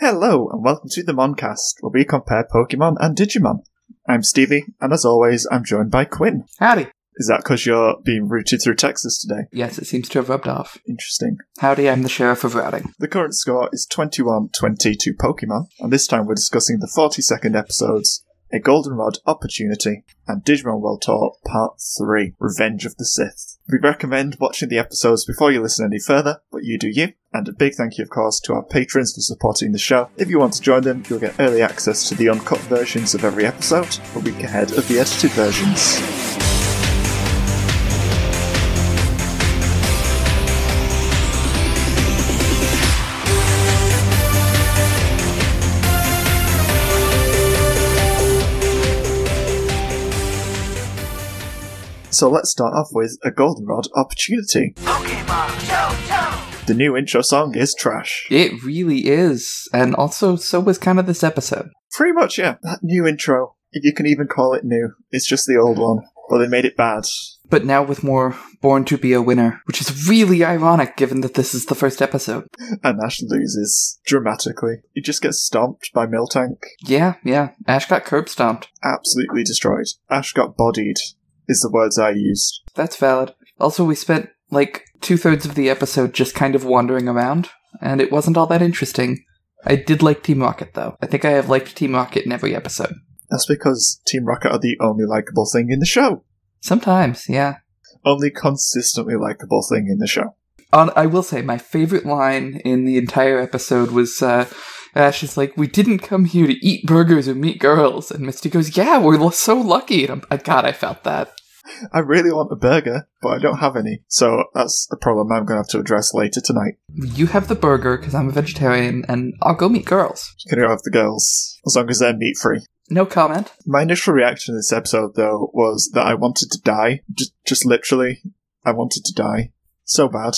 Hello, and welcome to the Moncast, where we compare Pokemon and Digimon. I'm Stevie, and as always, I'm joined by Quinn. Howdy. Is that because you're being routed through Texas today? Yes, it seems to have rubbed off. Interesting. Howdy, I'm the Sheriff of Routing. The current score is 21 22 Pokemon, and this time we're discussing the 42nd episodes A Goldenrod Opportunity and Digimon World Tour Part 3 Revenge of the Sith. We recommend watching the episodes before you listen any further, but you do you. And a big thank you, of course, to our patrons for supporting the show. If you want to join them, you'll get early access to the uncut versions of every episode, a week ahead of the edited versions. So let's start off with a goldenrod opportunity. The new intro song is trash. It really is. And also, so was kind of this episode. Pretty much, yeah. That new intro, if you can even call it new, it's just the old one, but they made it bad. But now with more Born to Be a Winner, which is really ironic given that this is the first episode. And Ash loses dramatically. He just gets stomped by Miltank, Yeah, yeah. Ash got curb stomped. absolutely destroyed. Ash got bodied, is the words I used. That's valid. Also, we spent like two thirds of the episode just kind of wandering around, and it wasn't all that interesting. I did like Team Rocket, though. I think I have liked Team Rocket in every episode. That's because Team Rocket are the only likable thing in the show. Sometimes, yeah. Only consistently likable thing in the show. on, Um, I will say my favorite line in the entire episode was uh, Ash is like, "We didn't come here to eat burgers or meet girls," and Misty goes, "Yeah, we're l- so lucky." And I'm, I, God, I felt that. I really want a burger, but I don't have any, so that's a problem I'm going to have to address later tonight. You have the burger because I'm a vegetarian, and I'll go meet girls. Can you have the girls? As long as they're meat free. No comment. My initial reaction to this episode, though, was that I wanted to die. Just, just literally, I wanted to die. So bad.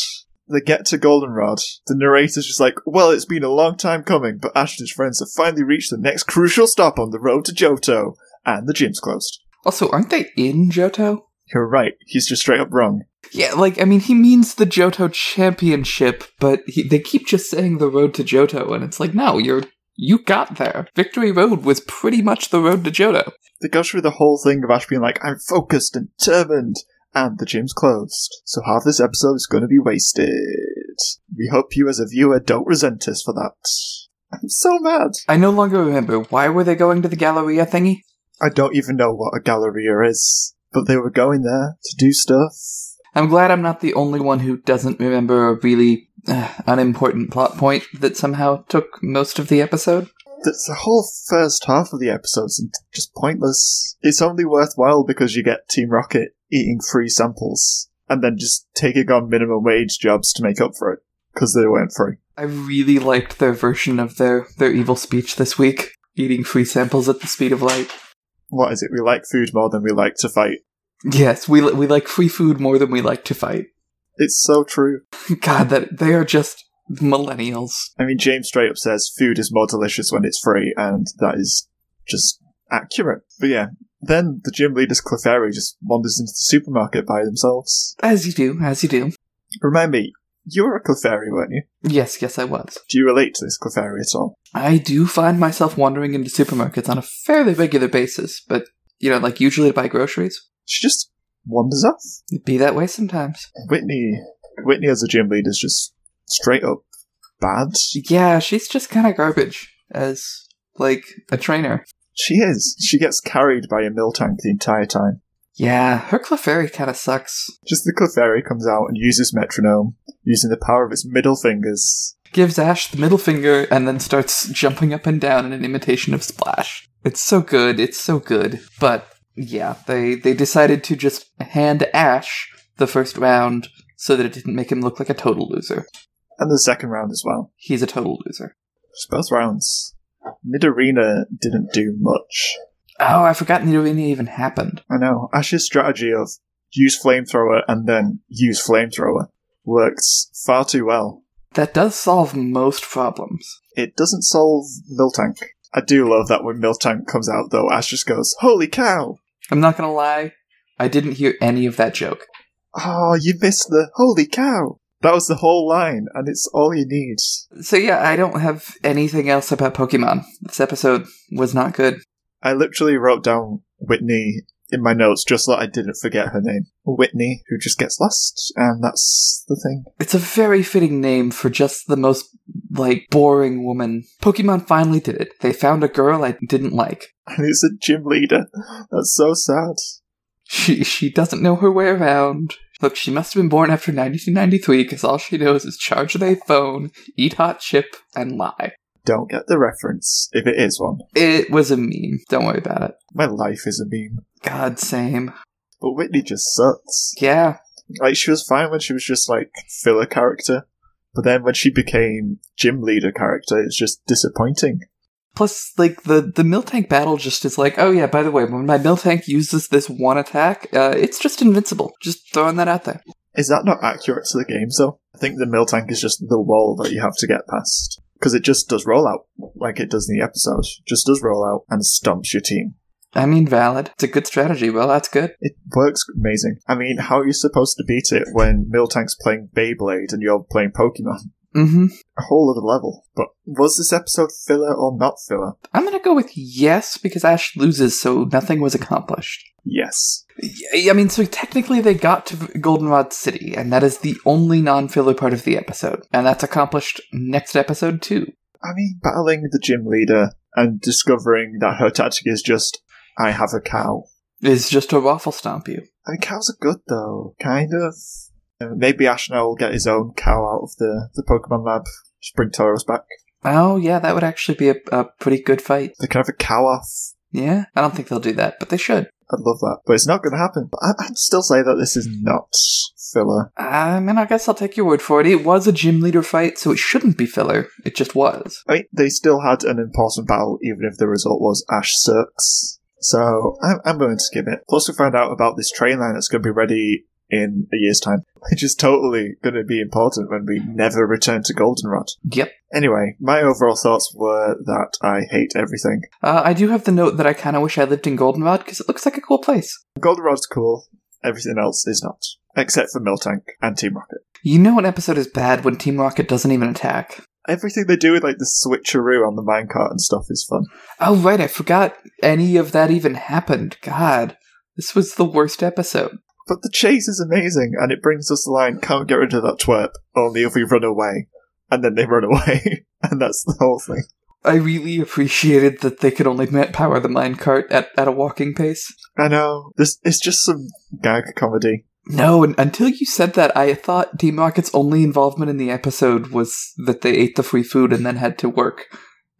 They get to Goldenrod. The narrator's just like, well, it's been a long time coming, but Ash and his friends have finally reached the next crucial stop on the road to Johto, and the gym's closed. Also, aren't they in Johto? You're right, he's just straight up wrong. Yeah, like I mean, he means the Johto Championship, but he, they keep just saying the road to Johto, and it's like, no, you're you got there. Victory Road was pretty much the road to Johto. They go through the whole thing of Ash being like, I'm focused and determined, and the gym's closed. So half this episode is going to be wasted. We hope you, as a viewer, don't resent us for that. I'm so mad. I no longer remember. Why were they going to the Galleria thingy? I don't even know what a Galleria is, but they were going there to do stuff. I'm glad I'm not the only one who doesn't remember a really uh, unimportant plot point that somehow took most of the episode. The, the whole first half of the episode's just pointless. It's only worthwhile because you get Team Rocket eating free samples and then just taking on minimum wage jobs to make up for it because they weren't free. I really liked their version of their, their evil speech this week eating free samples at the speed of light. What is it? We like food more than we like to fight. Yes, we, li- we like free food more than we like to fight. It's so true. God, that they are just millennials. I mean, James straight up says food is more delicious when it's free, and that is just accurate. But yeah, then the gym leader's Clefairy just wanders into the supermarket by themselves. As you do, as you do. Remind me, you were a Clefairy, weren't you? Yes, yes, I was. Do you relate to this Clefairy at all? I do find myself wandering into supermarkets on a fairly regular basis, but, you know, like usually to buy groceries. She just wanders off. It'd be that way sometimes. Whitney, Whitney as a gym leader is just straight up bad. Yeah, she's just kind of garbage as like a trainer. She is. She gets carried by a mill tank the entire time. Yeah, her Clefairy kind of sucks. Just the Clefairy comes out and uses metronome, using the power of its middle fingers. Gives Ash the middle finger and then starts jumping up and down in an imitation of Splash. It's so good, it's so good. But yeah, they they decided to just hand Ash the first round so that it didn't make him look like a total loser. And the second round as well. He's a total loser. Just both rounds. Midorina didn't do much. Oh, I forgot Nidorina even happened. I know. Ash's strategy of use flamethrower and then use flamethrower works far too well. That does solve most problems. It doesn't solve Miltank. I do love that when Miltank comes out though, Ash just goes, Holy cow! I'm not gonna lie, I didn't hear any of that joke. Ah, Oh, you missed the holy cow! That was the whole line, and it's all you need. So yeah, I don't have anything else about Pokemon. This episode was not good. I literally wrote down Whitney in my notes just so that I didn't forget her name. Whitney, who just gets lost, and that's the thing. It's a very fitting name for just the most like boring woman. Pokemon finally did it. They found a girl I didn't like. And it's a gym leader. That's so sad. She she doesn't know her way around. Look, she must have been born after 1993 because all she knows is charge their phone, eat hot chip, and lie. Don't get the reference, if it is one. It was a meme. Don't worry about it. My life is a meme. God, same. But Whitney just sucks. Yeah, Like, she was fine when she was just, like, filler character. But then when she became gym leader character, it's just disappointing. Plus, like the the Miltank battle just is like, oh yeah. By the way, when my Miltank uses this one attack, uh, it's just invincible. Just throwing that out there. Is that not accurate to the game, though? I think the mill tank is just the wall that you have to get past. Because it just does roll out, like it does in the episode. Just does roll out and stomps your team. I mean, valid. It's a good strategy. Well, that's good. It works amazing. I mean, how are you supposed to beat it when Miltank's playing Beyblade and you're playing Pokemon? Mm-hmm. A whole other level. But was this episode filler or not filler? I'm gonna go with yes because Ash loses, so nothing was accomplished. Yes. Y- I mean, so technically they got to Goldenrod City, and that is the only non-filler part of the episode, and that's accomplished next episode too. I mean, battling the gym leader and discovering that her tactic is just, I have a cow. Is just to waffle stomp you. I mean, cows are good though, kind of. Uh, Maybe Ash now will get his own cow out of the, the Pokemon lab. Just bring Tauros back. Oh yeah, that would actually be a, a pretty good fight. They can have a cow off. Yeah, I don't think they'll do that, but they should. I'd love that, but it's not going to happen. But I, I'd still say that this is not filler. I mean, I guess I'll take your word for it. It was a gym leader fight, so it shouldn't be filler. It just was. I mean, they still had an important battle, even if the result was Ash sucks. So I'm, I'm going to skip it. Plus, we found out about this train line that's going to be ready in a year's time, which is totally going to be important when we never return to Goldenrod. Yep. Anyway, my overall thoughts were that I hate everything. Uh, I do have the note that I kind of wish I lived in Goldenrod because it looks like a cool place. Goldenrod's cool, everything else is not. Except for Miltank and Team Rocket. You know, an episode is bad when Team Rocket doesn't even attack. Everything they do with like the switcheroo on the minecart and stuff is fun. Oh, right, I forgot any of that even happened. God, this was the worst episode. But the chase is amazing, and it brings us the line, can't get rid of that twerp, only if we run away. And then they run away, and that's the whole thing. I really appreciated that they could only ma- power the minecart at, at a walking pace. I know. This it's just some gag comedy. No, and until you said that, I thought Team Rocket's only involvement in the episode was that they ate the free food and then had to work.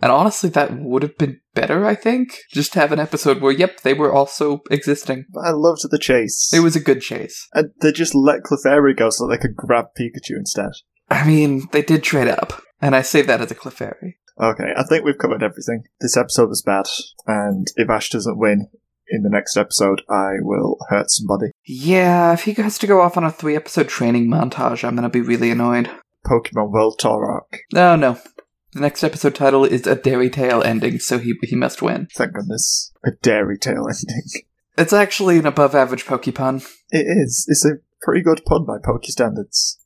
And honestly, that would have been better, I think. Just to have an episode where, yep, they were also existing. But I loved the chase. It was a good chase. and they just let Clefairy go so that they could grab Pikachu instead. I mean, they did trade up, and I say that as a Clefairy. Okay, I think we've covered everything. This episode was bad, and if Ash doesn't win in the next episode, I will hurt somebody. Yeah, if he has to go off on a three episode training montage, I'm gonna be really annoyed. Pokemon World Tour arc. No, no. The next episode title is A Dairy Tale Ending, so he, he must win. Thank goodness. A Dairy Tale ending. It's actually an above average Pokepun. It is. It's a pretty good pun by Poke standards.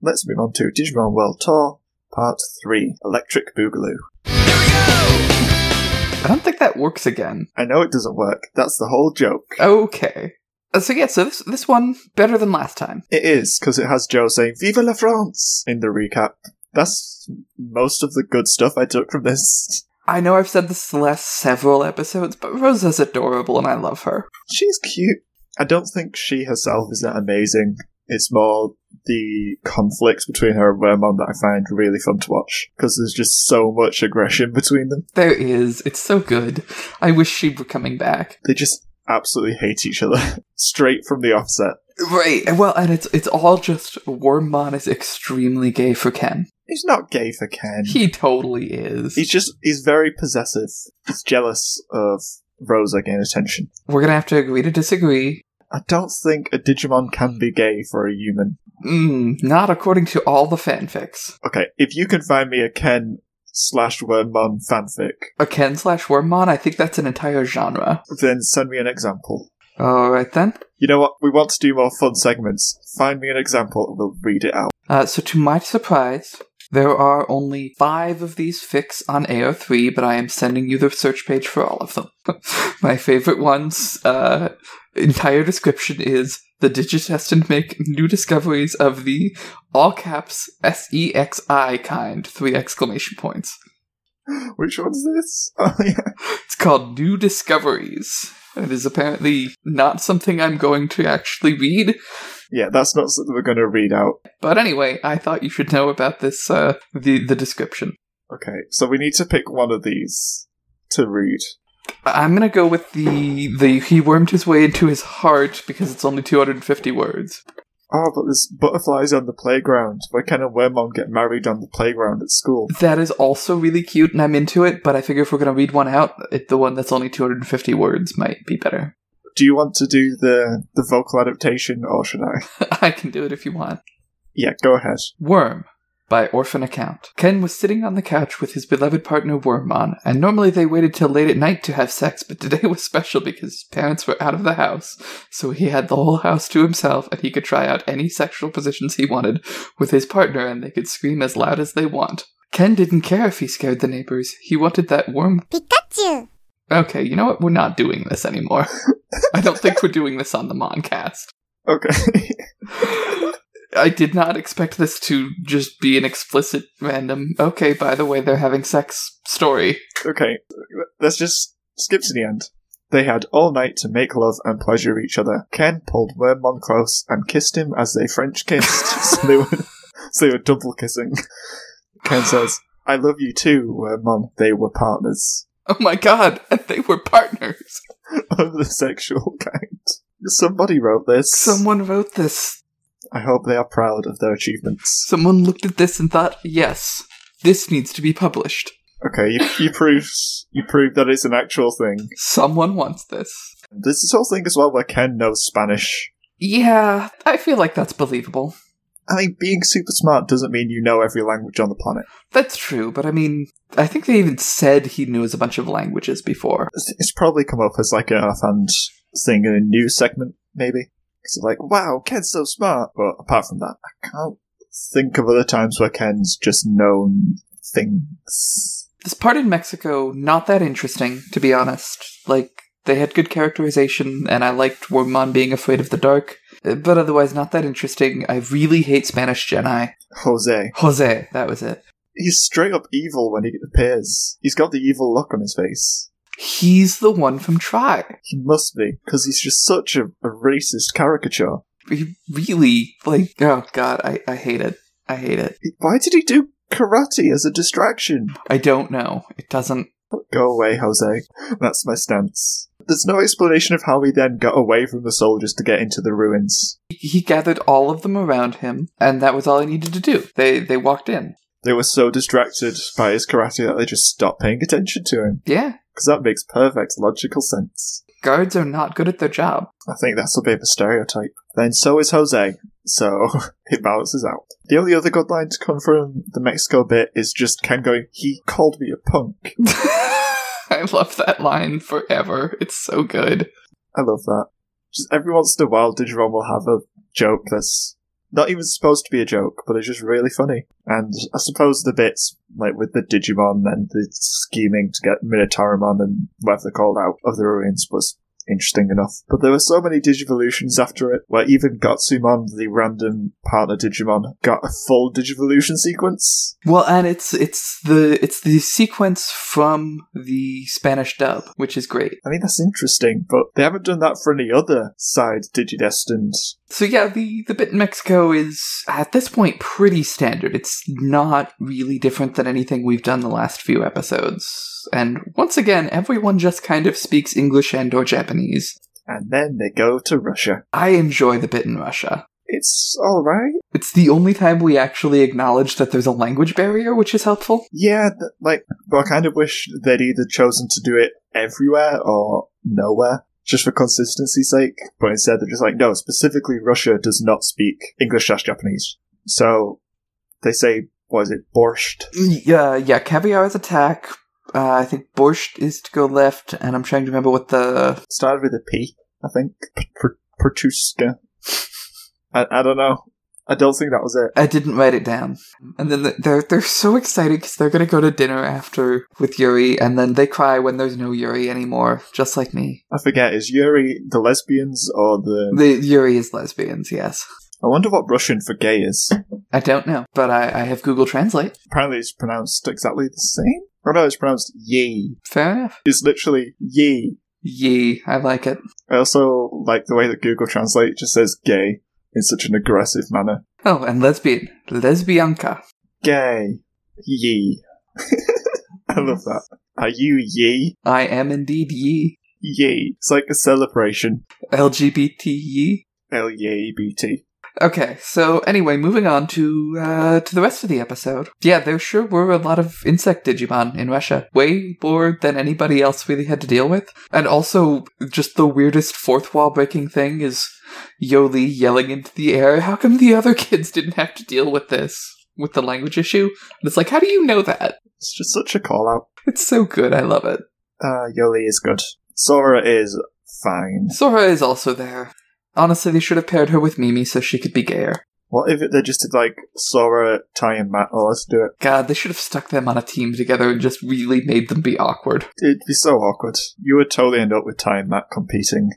Let's move on to Digimon World Tour, Part 3 Electric Boogaloo. I don't think that works again. I know it doesn't work, that's the whole joke. Okay. Uh, So yeah, so this this one better than last time. It is, because it has Joe saying, Vive la France! in the recap. That's most of the good stuff I took from this. I know I've said this the last several episodes, but Rosa's adorable and I love her. She's cute. I don't think she herself is that amazing. It's more the conflicts between her and Wormon that I find really fun to watch because there's just so much aggression between them. There is. It's so good. I wish she were coming back. They just absolutely hate each other straight from the offset. Right. Well, and it's it's all just Wormmon is extremely gay for Ken. He's not gay for Ken. He totally is. He's just he's very possessive. He's jealous of Rosa getting attention. We're gonna have to agree to disagree. I don't think a Digimon can be gay for a human. Mm, not according to all the fanfics. Okay, if you can find me a Ken slash Wormmon fanfic, A Ken slash Wormmon, I think that's an entire genre. then send me an example. All right then. You know what? We want to do more fun segments. Find me an example and we'll read it out. Uh, so, to my surprise, there are only five of these fix on AO3, but I am sending you the search page for all of them. my favorite one's uh, entire description is the Digitestin make new discoveries of the all caps S E X I kind, three exclamation points. Which one's this? Oh, yeah. It's called New Discoveries. It is apparently not something I'm going to actually read, Yeah, that's not something we're going to read out. but anyway, I thought you should know about this uh, the the description. Okay, so we need to pick one of these to read. I'm gonna go with the the he wormed his way into his heart because it's only 250 words. Oh, but there's butterflies on the playground. Why can a wormmon get married on the playground at school? That is also really cute, and I'm into it. But I figure if we're gonna read one out, it, the one that's only 250 words might be better. Do you want to do the, the vocal adaptation or should I? I can do it if you want. Yeah, go ahead. Worm by Orphan Account. Ken was sitting on the couch with his beloved partner Wormmon, and normally they waited till late at night to have sex, but today was special because his parents were out of the house, so he had the whole house to himself and he could try out any sexual positions he wanted with his partner and they could scream as loud as they want. Ken didn't care if he scared the neighbors. He wanted that worm. ピカチュウ Okay, you know what? We're not doing this anymore. I don't think we're doing this on the Moncast. Okay. I did not expect this to just be an explicit random, okay, by the way, they're having sex story. okay. Let's just skip to the end. They had all night to make love and pleasure each other. Ken pulled Wormmon close and kissed him as they French kissed, so, they were, so they were double kissing. Ken says, I love you too, Wormmon. They were partners. Oh my god, and they were partners. of the sexual kind. Somebody wrote this. Someone wrote this. I hope they are proud of their achievements. Someone looked at this and thought, yes, this needs to be published. Okay, you, you proved you proved that it's an actual thing. Someone wants this. There's this whole thing as well where Ken knows Spanish. Yeah, I feel like that's believable. I mean, being super smart doesn't mean you know every language on the planet. That's true, but I mean, I think they even said he knew a bunch of languages before. It's, it's probably come up as like an offhand thing in a news segment, maybe. It's like, wow, Ken's so smart. But apart from that, I can't think of other times where Ken's just known things. This part in Mexico, not that interesting, to be honest. Like, they had good characterization, and I liked Wormmon being afraid of the dark, uh, but otherwise, not that interesting. I really hate Spanish Jedi. Jose. Jose, that was it. He's straight up evil when he appears. He's got the evil look on his face. He's the one from Try. He must be, because he's just such a, a racist caricature. He really, like, oh god, I, I hate it. I hate it. He- Why did he do karate as a distraction? I don't know. It doesn't. Go away, Jose. That's my stance. There's no explanation of how he then got away from the soldiers to get into the ruins. He- He gathered all of them around him, and that was all he needed to do. They they walked in. They were so distracted by his karate that they just stopped paying attention to him, Yeah, because that makes perfect logical sense. guards are not good at their job. I think that's a bit of a stereotype. Then so is Jose, so it balances out. The only other good line to come from the Mexico bit is just Ken going, he called me a punk. I love that line forever. It's so good. I love that. Just every once in a while, Digimon will have a joke that's not even supposed to be a joke, but it's just really funny. And I suppose the bits, like with the Digimon and the scheming to get Minotaurimon and whatever they're called out of the ruins was interesting enough. But there were so many Digivolutions after it, where even Gatsumon, the random partner Digimon, got a full Digivolution sequence. Well, and it's it's the it's the sequence from the Spanish dub, which is great. I mean, that's interesting, but they haven't done that for any other side Digidestined. So yeah, the the bit in Mexico is at this point pretty standard. It's not really different than anything we've done the last few episodes. And once again, everyone just kind of speaks English and or Japanese. And then they go to Russia. I enjoy the bit in Russia. It's alright. It's the only time we actually acknowledge that there's a language barrier, which is helpful. Yeah, th- like, but I kind of wish they'd either chosen to do it everywhere or nowhere, just for consistency's sake. But instead, they're just like, no, specifically, Russia does not speak English slash Japanese. So they say, what is it, borscht? Yeah, uh, yeah. Caviar is attack. Uh, I think borscht is to go left, and I'm trying to remember what the Started with a P. I think. P- Pr- Petrushka. I, I don't know. I don't think that was it. I didn't write it down. And then th- they're they're so excited because they're gonna go to dinner after with Yuri, and then they cry when there's no Yuri anymore, just like me. I forget. Is Yuri the lesbians or the. The Yuri is lesbians, yes. I wonder what Russian for gay is. I don't know, but I, I have Google Translate. Apparently it's pronounced exactly the same. Or no, it's pronounced ye. Fair enough. It's literally ye. Yee, I like it. I also like the way that Google Translate just says gay in such an aggressive manner. Oh, and lesbian, lesbianka. Gay. Ye. I love that. Are you ye? I am indeed ye. Ye. It's like a celebration. LGBT ye. L ye B T. Okay, so anyway, moving on to uh, to the rest of the episode. Yeah, there sure were a lot of insect Digimon in Russia, way more than anybody else really had to deal with. And also, just the weirdest fourth wall breaking thing is Yoli yelling into the air. How come the other kids didn't have to deal with this with the language issue? And it's like, how do you know that? It's just such a call out. It's so good. I love it. Uh, Yoli is good. Sora is fine. Sora is also there. Honestly, they should have paired her with Mimi so she could be gayer. What if they just did like Sora, Ty, and Matt? Oh, let's do it. God, they should have stuck them on a team together and just really made them be awkward. It'd be so awkward. You would totally end up with Ty and Matt competing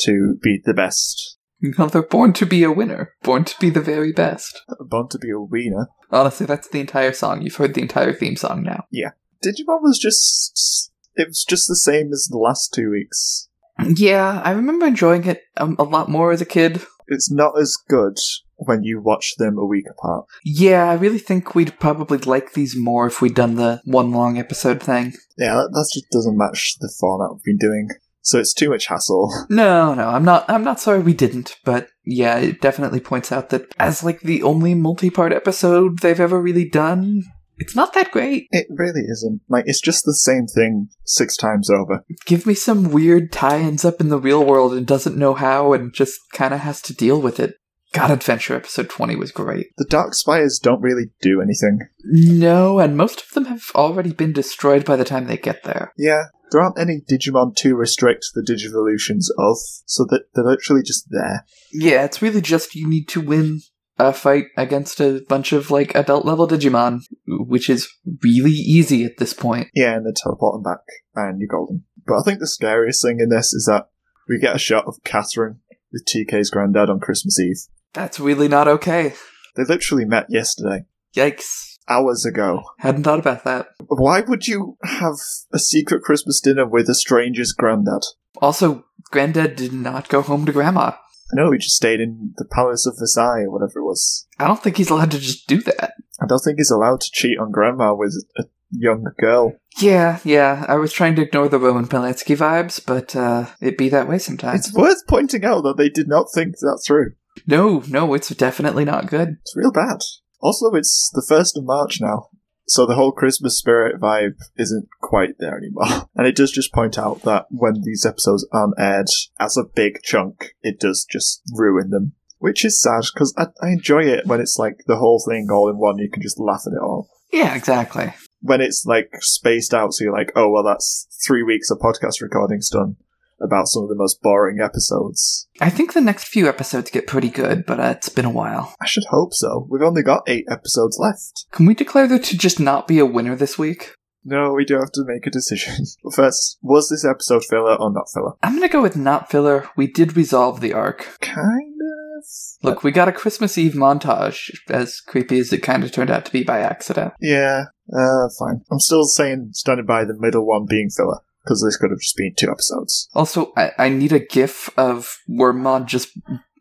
to be the best. No, they're born to be a winner, born to be the very best. Born to be a wiener. Honestly, that's the entire song. You've heard the entire theme song now. Digimon was just. It was just the same as the last two weeks. Yeah, I remember enjoying it um, a lot more as a kid. It's not as good when you watch them a week apart. Yeah, I really think we'd probably like these more if we'd done the one long episode thing. Yeah, that, that just doesn't match the format we've been doing. So it's too much hassle. No, no, I'm not. I'm not sorry we didn't, but yeah, it definitely points out that as like the only multi-part episode they've ever really done, it's not that great. It really isn't. Like, it's just the same thing six times over. Give me some weird tie-ins up in the real world and doesn't know how, and just kind of has to deal with it. God, Adventure episode twenty was great. The Dark Spires don't really do anything. No, and most of them have already been destroyed by the time they get there. Yeah, there aren't any Digimon to restrict the Digivolutions of, so that they're literally just there. Yeah, it's really just you need to win a fight against a bunch of like adult level Digimon, which is really easy at this point. Yeah, and they're teleporting back, and you're golden. But I think the scariest thing in this is that we get a shot of Catherine with TK's granddad on Christmas Eve. That's really not okay. They literally met yesterday, Yikes. hours ago. Hadn't thought about that. Why would you have a secret Christmas dinner with a stranger's granddad? Also, Granddad did not go home to Grandma. No, he just stayed in the Palace of Versailles or whatever it was. I don't think he's allowed to just do that. I don't think he's allowed to cheat on Grandma with a young girl. Yeah, yeah. I was trying to ignore the Roman Polanski vibes, but uh, it be that way sometimes. It's worth pointing out that they did not think that through. no, no, it's definitely not good. It's real bad. Also, it's the 1st of March now, so the whole Christmas spirit vibe isn't quite there anymore. And it does just point out that when these episodes aren't aired as a big chunk, it does just ruin them. Which is sad, because I, I enjoy it when it's like the whole thing all in one, you can just laugh at it all. Yeah, exactly. When it's like spaced out, so you're like, oh, well, that's three weeks of podcast recordings done about some of the most boring episodes. I think the next few episodes get pretty good, but uh, it's been a while. I should hope so. We've only got eight episodes left. Can we declare there to just not be a winner this week? No, we do have to make a decision. But First, was this episode filler or not filler? I'm gonna go with not filler. We did resolve the arc. Kind of. Look, we got a Christmas Eve montage, as creepy as it kind of turned out to be by accident. Yeah. Uh, fine. I'm still saying standing by the middle one being filler because this could have just been two episodes. Also, I, I need a gif of Wormmon just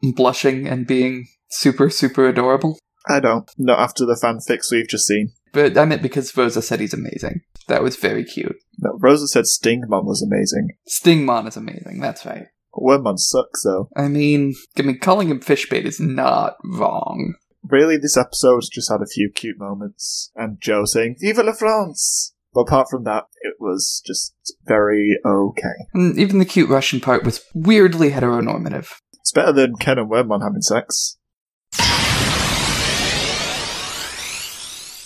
blushing and being super, super adorable. I don't. Not after the fanfics we've just seen. But I meant because Rosa said he's amazing. That was very cute. No, Rosa said Stingmon was amazing. Stingmon is amazing, that's right. Wormmon sucks though. I mean, I mean, calling him fishbait is not wrong. Really, this episode just had a few cute moments and Joe saying "Vive la France." But apart from that, it was just very okay. And even the cute Russian part was weirdly heteronormative. It's better than Ken and Wormmon having sex.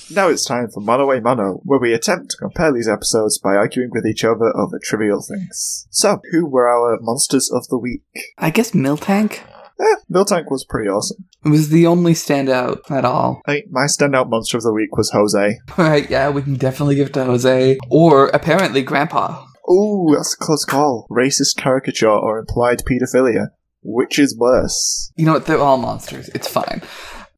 Now it's time for Mono a Mono, where we attempt to compare these episodes by arguing with each other over trivial things. So, who were our monsters of the week? I guess Miltank Eh, Miltank was pretty awesome. was the only standout at all. I think my standout monster of the week was Jose. Alright, yeah, we can definitely give it to Jose. Or apparently Grandpa. Ooh, that's a close call. Racist caricature or implied pedophilia. Which is worse? You know what? They're all monsters. It's fine.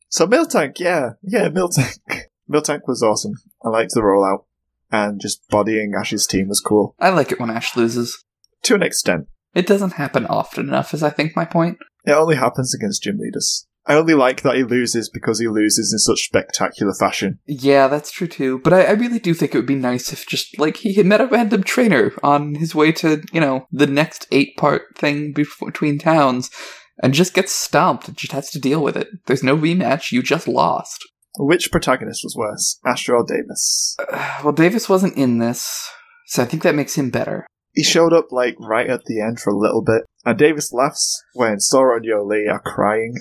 So Miltank, yeah, yeah, Miltank. Miltank was awesome. I liked the rollout, and just bodying Ash's team was cool I like it when Ash loses. to an extent. It doesn't happen often enough, is I think my point. It only happens against gym leaders. I only like that he loses because he loses in such spectacular fashion. Yeah, that's true too. But I, I really do think it would be nice if just like he had met a random trainer on his way to you know the next eight part thing bef between towns, and just gets stomped and just has to deal with it. There's no rematch. You just lost. Which protagonist was worse, Asher or Davis? Well, Davis wasn't in this, so I think that makes him better. He showed up like right at the end for a little bit, and Davis laughs when Sora and Yoli are crying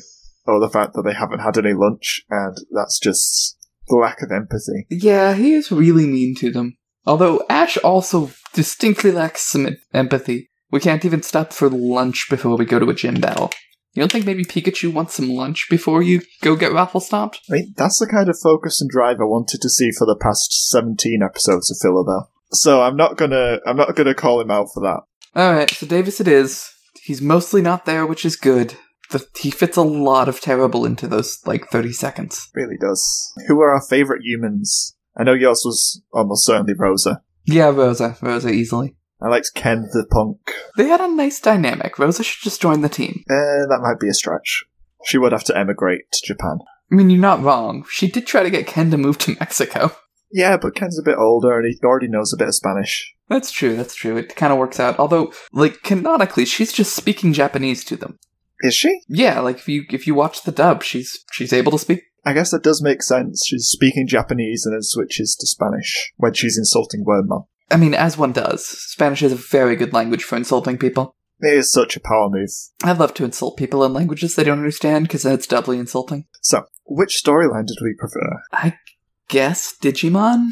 over the fact that they haven't had any lunch, and that's just the lack of empathy. Yeah, he is really mean to them. Although Ash also distinctly lacks some em- empathy. We can't even stop for lunch before we go to a gym battle. You don't think maybe Pikachu wants some lunch before you go get raffle stomped? I mean, that's the kind of focus and drive I wanted to see for the past seventeen episodes of filler, though. So I'm not gonna, I'm not gonna call him out for that. Alright, so Davis it is. He's mostly not there, which is good. The, he fits a lot of terrible into those, like, 30 seconds. Really does. Who are our favourite humans? I know yours was almost certainly Rosa. Yeah, Rosa. Rosa easily. I liked Ken the punk. They had a nice dynamic. Rosa should just join the team. Uh, that might be a stretch. She would have to emigrate to Japan. I mean, you're not wrong. She did try to get Ken to move to Mexico. Yeah, but Ken's a bit older and he already knows a bit of Spanish. That's true, that's true. It kind of works out. Although, like canonically, she's just speaking Japanese to them. Is she? Yeah, like if you if you watch the dub, she's she's able to speak. I guess that does make sense. She's speaking Japanese and then switches to Spanish when she's insulting Wormman. I mean, as one does. Spanish is a very good language for insulting people. It is such a power move. I love to insult people in languages they don't understand because then it's doubly insulting. So, which storyline did we prefer? Guess Digimon.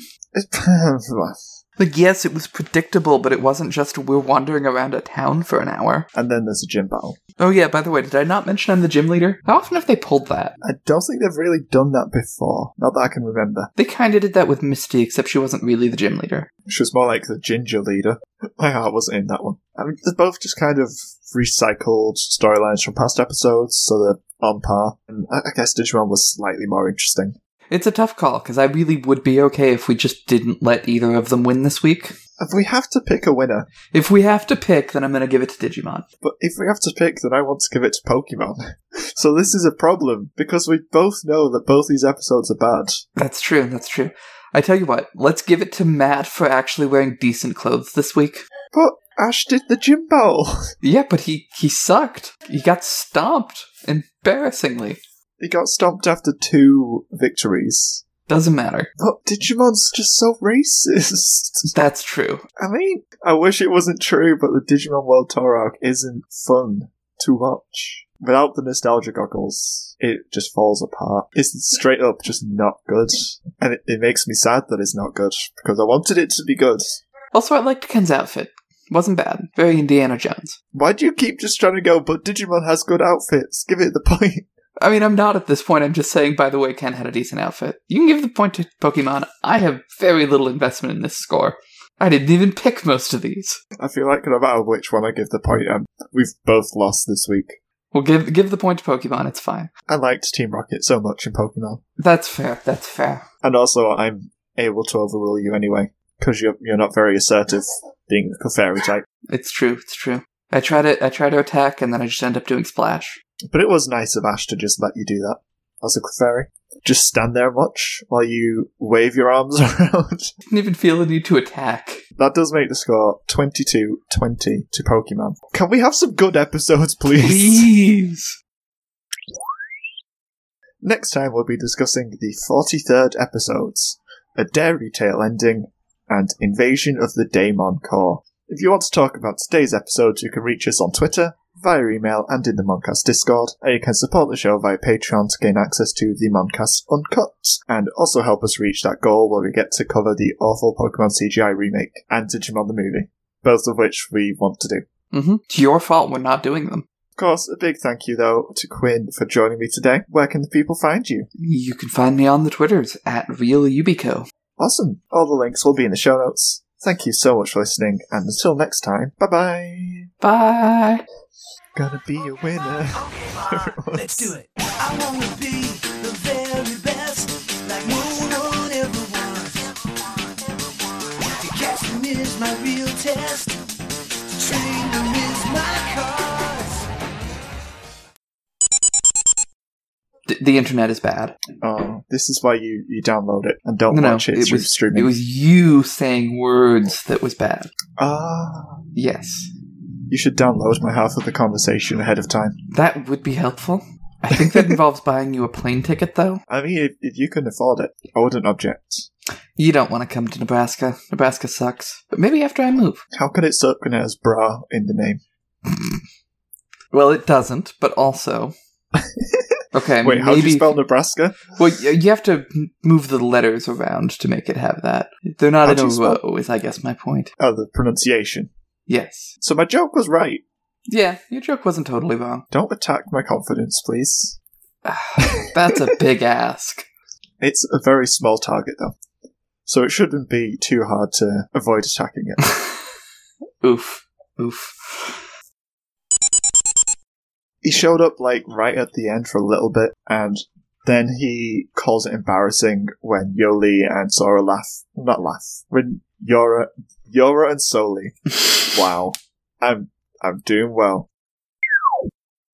Like, yes, it was predictable, but it wasn't just we're wandering around a town for an hour. and then there's a gym battle. Oh yeah, by the way, did I not mention I'm the gym leader? How often have they pulled that? I don't think they've really done that before. Not that I can remember. They kinda did that with Misty, except she wasn't really the gym leader. She was more like the ginger leader. My heart wasn't in that one. I mean, they're both just kind of recycled storylines from past episodes, so they're on par. And I I guess Digimon was slightly more interesting. It's a tough call because I really would be okay if we just didn't let either of them win this week. If we have to pick a winner, If we have to pick, then I'm going to give it to Digimon. but if we have to pick, then I want to give it to Pokemon. so this is a problem, because we both know that both these episodes are bad. That's true. That's true. I tell you what, let's give it to Matt for actually wearing decent clothes this week. But Ash did the gym battle. Yeah, but he he sucked. He got stomped embarrassingly. he got stomped after two victories. Doesn't matter. But Digimon's just so racist. That's true. I mean, I wish it wasn't true, but the Digimon World Tour arc isn't fun to watch. Without the nostalgia goggles, it just falls apart. It's straight up just not good. And it, it makes me sad that it's not good, because I wanted it to be good. Also, I liked Ken's outfit. Wasn't bad. Very Indiana Jones. Why do you keep just trying to go, but Digimon has good outfits? Give it the point. I mean, I'm not at this point. I'm just saying, by the way, Ken had a decent outfit. You can give the point to Pokemon. I have very little investment in this score. I didn't even pick most of these. I feel like no matter which one I give the point, um, we've both lost this week. Well, give give the point to Pokemon. It's fine. I liked Team Rocket so much in Pokemon. That's fair. That's fair. And also, I'm able to overrule you anyway, because you're, you're not very assertive, being a fairy type. It's true. It's true. I try to I try to attack, and then I just end up doing splash. But it was nice of Ash to just let you do that as a Clefairy. Just stand there and watch while you wave your arms around. Didn't even feel the need to attack. that does make the score 22 20 to Pokemon. Can we have some good episodes, please? Please. Next time, we'll be discussing the 43rd episodes A Dairy Tale Ending and Invasion of the Daemon Core. If you want to talk about today's episodes, you can reach us on Twitter via email and in the Moncast Discord, and you can support the show via Patreon to gain access to the Moncast Uncut, and also help us reach that goal where we get to cover the awful Pokemon CGI remake and Digimon the movie, both of which we want to do. Mm-hmm. It's your fault we're not doing them. Of course, a big thank you though to Quinn for joining me today. Where can the people find you? You can find me on the Twitters at RealUbico. Awesome. All the links will be in the show notes. Thank you so much for listening, and until next time, bye bye. Bye. Gonna be a winner. Let's do it. I wanna be the very best, like moon on everyone. To catch them is my real test. To train them is my cause. D- the internet is bad. Oh, this is why you, you download it and don't No, no, watch it, it through was- streaming. It was you saying words that was bad. Ah, Yes. you should download my half of the conversation ahead of time. That would be helpful. I think that involves buying you a plane ticket, though. I mean, if, if you can afford it, I wouldn't object. You don't want to come to Nebraska. Nebraska sucks. But maybe after I move. How can it suck when it has bra in the name? Well, it doesn't, but also. Okay, Wait, how do you maybe- spell Nebraska? Well, y- you have to m- move the letters around to make it have that. They're not How in do a you spell- row, is I guess my point. Oh, the pronunciation. Yes. So my joke was right. Yeah, your joke wasn't totally wrong. Don't attack my confidence, please. That's a big ask. It's a very small target, though. So it shouldn't be too hard to avoid attacking it. Oof. Oof. he showed up like right at the end for a little bit and then he calls it embarrassing when Yoli and Sora laugh not laugh. When Yora Yora and Soli. Wow. I'm I'm doing well.